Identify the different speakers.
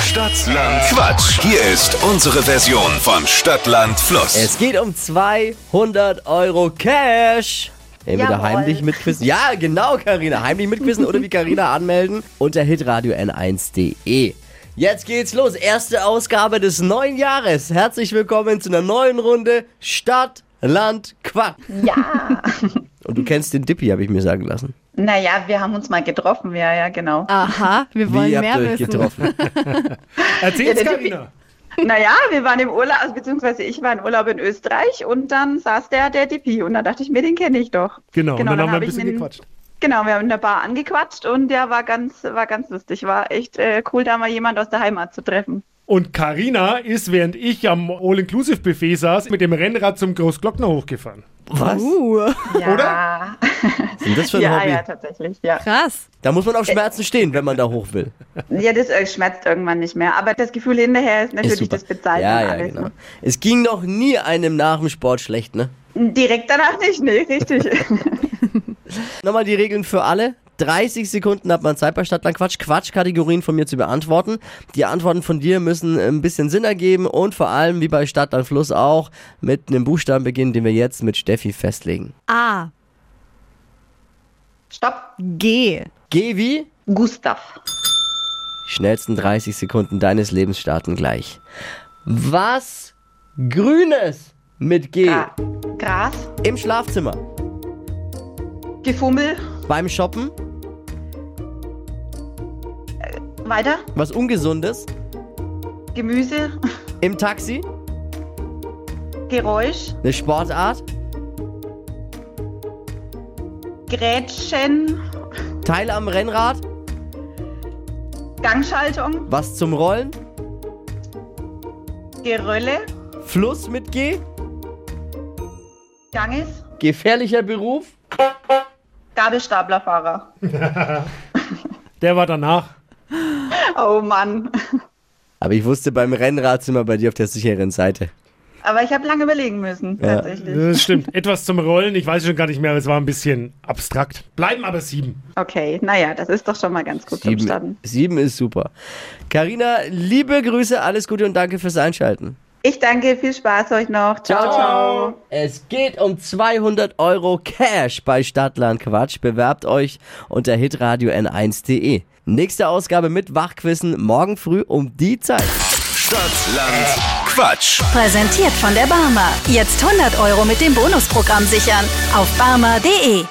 Speaker 1: Stadtland Quatsch. Hier ist unsere Version von Stadtland Fluss.
Speaker 2: Es geht um 200 Euro Cash. Entweder
Speaker 3: Jawohl.
Speaker 2: heimlich mitquissen. Ja, genau, Karina. Heimlich mitquissen oder wie Karina anmelden unter hitradio n1.de. Jetzt geht's los. Erste Ausgabe des neuen Jahres. Herzlich willkommen zu einer neuen Runde Stadt, Land, Quatsch.
Speaker 3: Ja.
Speaker 2: Und du kennst den Dippi, habe ich mir sagen lassen.
Speaker 3: Naja, wir haben uns mal getroffen, ja, ja, genau.
Speaker 2: Ah.
Speaker 4: Aha, wir wollen
Speaker 2: Wie
Speaker 4: mehr
Speaker 2: habt ihr euch
Speaker 4: wissen.
Speaker 2: getroffen?
Speaker 5: Erzähl's,
Speaker 3: Ja, der
Speaker 5: Karina.
Speaker 3: Naja, wir waren im Urlaub, also beziehungsweise ich war in Urlaub in Österreich und dann saß der, der DP und dann dachte ich mir, den kenne ich doch.
Speaker 5: Genau, und dann, haben wir ein
Speaker 3: hab ich
Speaker 5: bisschen
Speaker 3: ihn-
Speaker 5: gequatscht.
Speaker 3: Genau, wir haben in der Bar angequatscht und der war ganz, war ganz lustig. War echt äh, cool, da mal jemand aus der Heimat zu treffen.
Speaker 5: Und Karina ist, während ich am All-Inclusive-Buffet saß, mit dem Rennrad zum Großglockner hochgefahren.
Speaker 2: Was?
Speaker 4: Uh,
Speaker 3: Ja.
Speaker 5: Oder?
Speaker 2: Was ist denn das für ein
Speaker 3: ja,
Speaker 2: Hobby?
Speaker 3: ja, Äh, tatsächlich, ja.
Speaker 4: krass.
Speaker 2: Da muss man auf Schmerzen stehen, wenn man da hoch will.
Speaker 3: Ja, das äh, schmerzt irgendwann nicht mehr, aber das Gefühl hinterher ist natürlich das Bezahlen
Speaker 2: ja,
Speaker 3: und
Speaker 2: ja,
Speaker 3: alles. ne?
Speaker 2: genau. Es ging noch nie einem nach dem Sport schlecht, ne?
Speaker 3: Direkt danach nicht, nee, richtig.
Speaker 2: Nochmal die Regeln für alle. 30 Sekunden hat man Zeit bei Stadtland Quatsch. Quatschkategorien von mir zu beantworten. Die Antworten von dir müssen ein bisschen Sinn ergeben und vor allem, wie bei Stadtland Fluss auch, mit einem Buchstaben beginnen, den wir jetzt mit Steffi festlegen.
Speaker 4: A.
Speaker 3: Stopp,
Speaker 4: G.
Speaker 2: Geh wie?
Speaker 3: Gustav.
Speaker 2: Schnellsten 30 Sekunden deines Lebens starten gleich. Was Grünes mit G
Speaker 3: Gra Gras,
Speaker 2: im Schlafzimmer,
Speaker 3: Gefummel,
Speaker 2: beim Shoppen,
Speaker 3: weiter,
Speaker 2: was Ungesundes,
Speaker 3: Gemüse,
Speaker 2: im Taxi,
Speaker 3: Geräusch,
Speaker 2: eine Sportart,
Speaker 3: Grätschen,
Speaker 2: Teil am Rennrad,
Speaker 3: Gangschaltung,
Speaker 2: was zum Rollen,
Speaker 3: Gerölle,
Speaker 2: Fluss mit G,
Speaker 3: Ganges,
Speaker 2: gefährlicher Beruf,
Speaker 3: Gabelstaplerfahrer.
Speaker 5: Der war danach.
Speaker 3: Oh Mann.
Speaker 2: Aber ich wusste, beim Rennrad sind wir bei dir auf der sicheren Seite.
Speaker 3: Aber ich habe lange überlegen müssen,
Speaker 2: Ja.
Speaker 3: tatsächlich.
Speaker 5: Das stimmt. Etwas zum Rollen, ich weiß schon gar nicht mehr, es war ein bisschen abstrakt. Bleiben aber sieben.
Speaker 3: Okay, naja, das ist doch schon mal ganz gut zum Starten.
Speaker 2: sieben ist super. Karina, liebe Grüße, alles Gute und danke fürs Einschalten.
Speaker 3: Ich danke, viel Spaß euch noch. ciao. ciao.
Speaker 2: Es geht um 200 Euro Cash bei Stadtland Quatsch. Bewerbt euch unter hitradio n1.de. Nächste Ausgabe mit Wachquissen morgen früh um die Zeit.
Speaker 1: Stadtland Quatsch.
Speaker 6: Präsentiert von der Barmer. Jetzt 100 Euro mit dem Bonusprogramm sichern. Auf barmer.de.